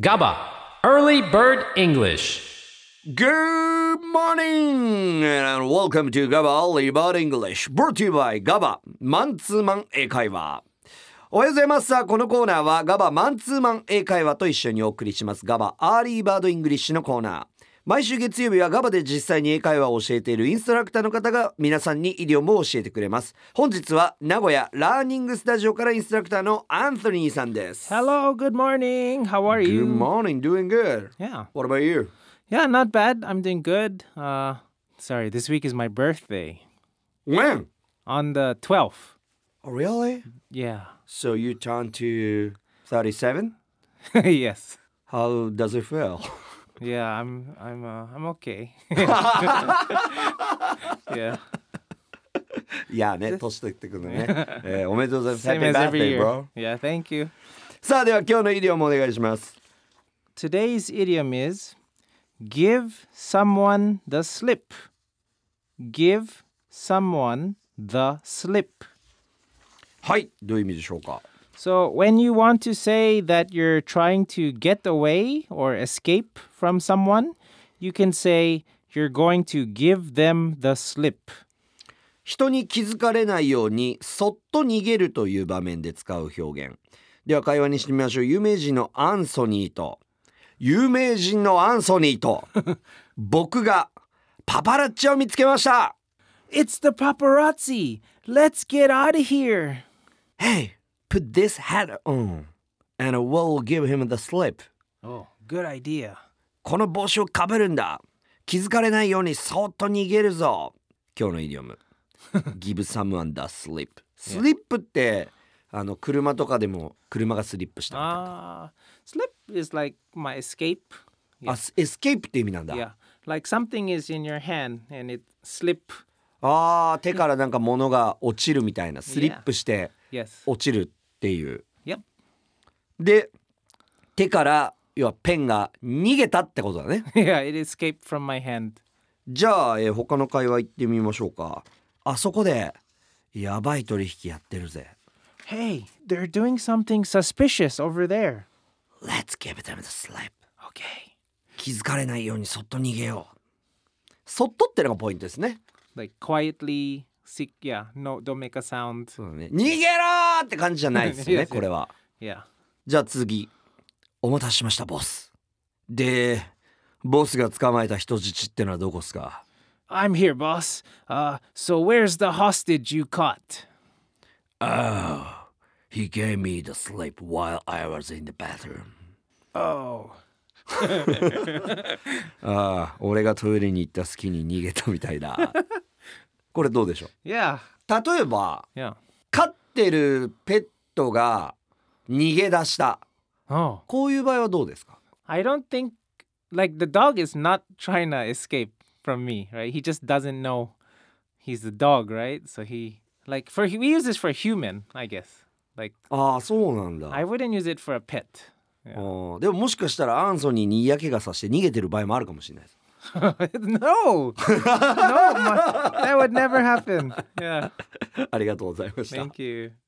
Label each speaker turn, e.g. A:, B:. A: GABA, Early Bird English.
B: Good morning and welcome to GABA Early Bird English brought to you by GABA マンツーマン英会話おはようございますさあこのコーナーは GABA マンツーマン英会話と一緒にお送りします GABA アーリーバードイングリッシュのコーナー毎週月曜日は GABA で実際に英会話を教えているインストラクターの方が皆さんにイディオムを教えてくれます本日は名古屋ラーニングスタジオからインストラクターのアンソニーさんです
C: Hello, good morning. How are
B: Good
C: you?
B: morning doing good
C: yeah.
B: What about you?
C: Yeah, not bad. I'm doing good. Uh sorry, this week is my birthday.
B: When?
C: On the 12th.
B: Oh, really?
C: Yeah.
B: So you turn to 37?
C: yes.
B: How does it feel?
C: Yeah, I'm I'm uh, I'm okay. yeah.
B: いやね、年取ってくる ね。えー、おめでとうございます。Happy
C: Same as
B: birthday,
C: every year.
B: bro.
C: Yeah, thank you.
B: さあでは今日のイディオムお願いします。
C: Today's idiom is give someone the slip. Give someone the slip.
B: はい、どういう意味でしょうか
C: So, when you want to say that you're trying to get away or escape from someone, you can say you're going to give them the slip.
B: 人に気づかれないようにそっと逃げるという場面で使う表現。では会話にしてみましょう。有名人のアンソニーと、有名人のアンソニー と、僕がパパラッチを見つけました
C: It's the paparazzi. Let's get out of here.
B: Hey, put this hat on and we'll give him the slip.
C: Oh, good idea.
B: この帽子をかぶるんだ気づかれないようにそっと逃げるぞ今日のイディオム Give someone the slip スリップってあの車とかでも車がスリップしたみたいな
C: Ah, slip is like my escape.
B: あ、スエスケープって意味なんだ、
C: Yeah, like something is in your hand and it slip.
B: あー手からなんか物が落ちるみたいなスリップして
C: Yes.
B: 落ちるっていう
C: Yep.
B: で手から要はペンが逃げたってことだね
C: yeah, it escaped from my hand.
B: じゃあ、えー他の会話行ってみましょうかあそこでやばい取引やってるぜ
C: Hey, they're doing something suspicious over there.
B: Let's give them the slip
C: Okay.
B: 気づかれないようにそっと逃げようそっとってのがポイントですね
C: like quietly seek yeah no don't make a sound
B: そうだね逃げろーって感じじゃないですよ
C: い や
B: ね
C: いや
B: これは
C: yeah
B: じゃあ次お待たせしましたボスでボスが捕まえた人質ってのはどこっすか
C: i'm here boss uh so where's the hostage you caught
B: Oh he gave me the slip while I was in the bathroom
C: oh
B: ああ俺がトイレに行った隙に逃げたみたい だこれどうでしょう
C: yeah
B: 例えば
C: yeah
B: 飼ってるペットが逃げ出した
C: oh
B: こういう場合はどうですか
C: i don't think like the dog is not trying to escape from me right he just doesn't know he's the dog right so he like for we use this for human i guess like
B: ああそうなんだ
C: i wouldn't use it for a pet
B: あーでももしかしたらアンソニーに嫌気がさして逃げてる場合もあるかもしれないです
C: no no my- that would never happen yeah
B: ありがとうございました
C: thank you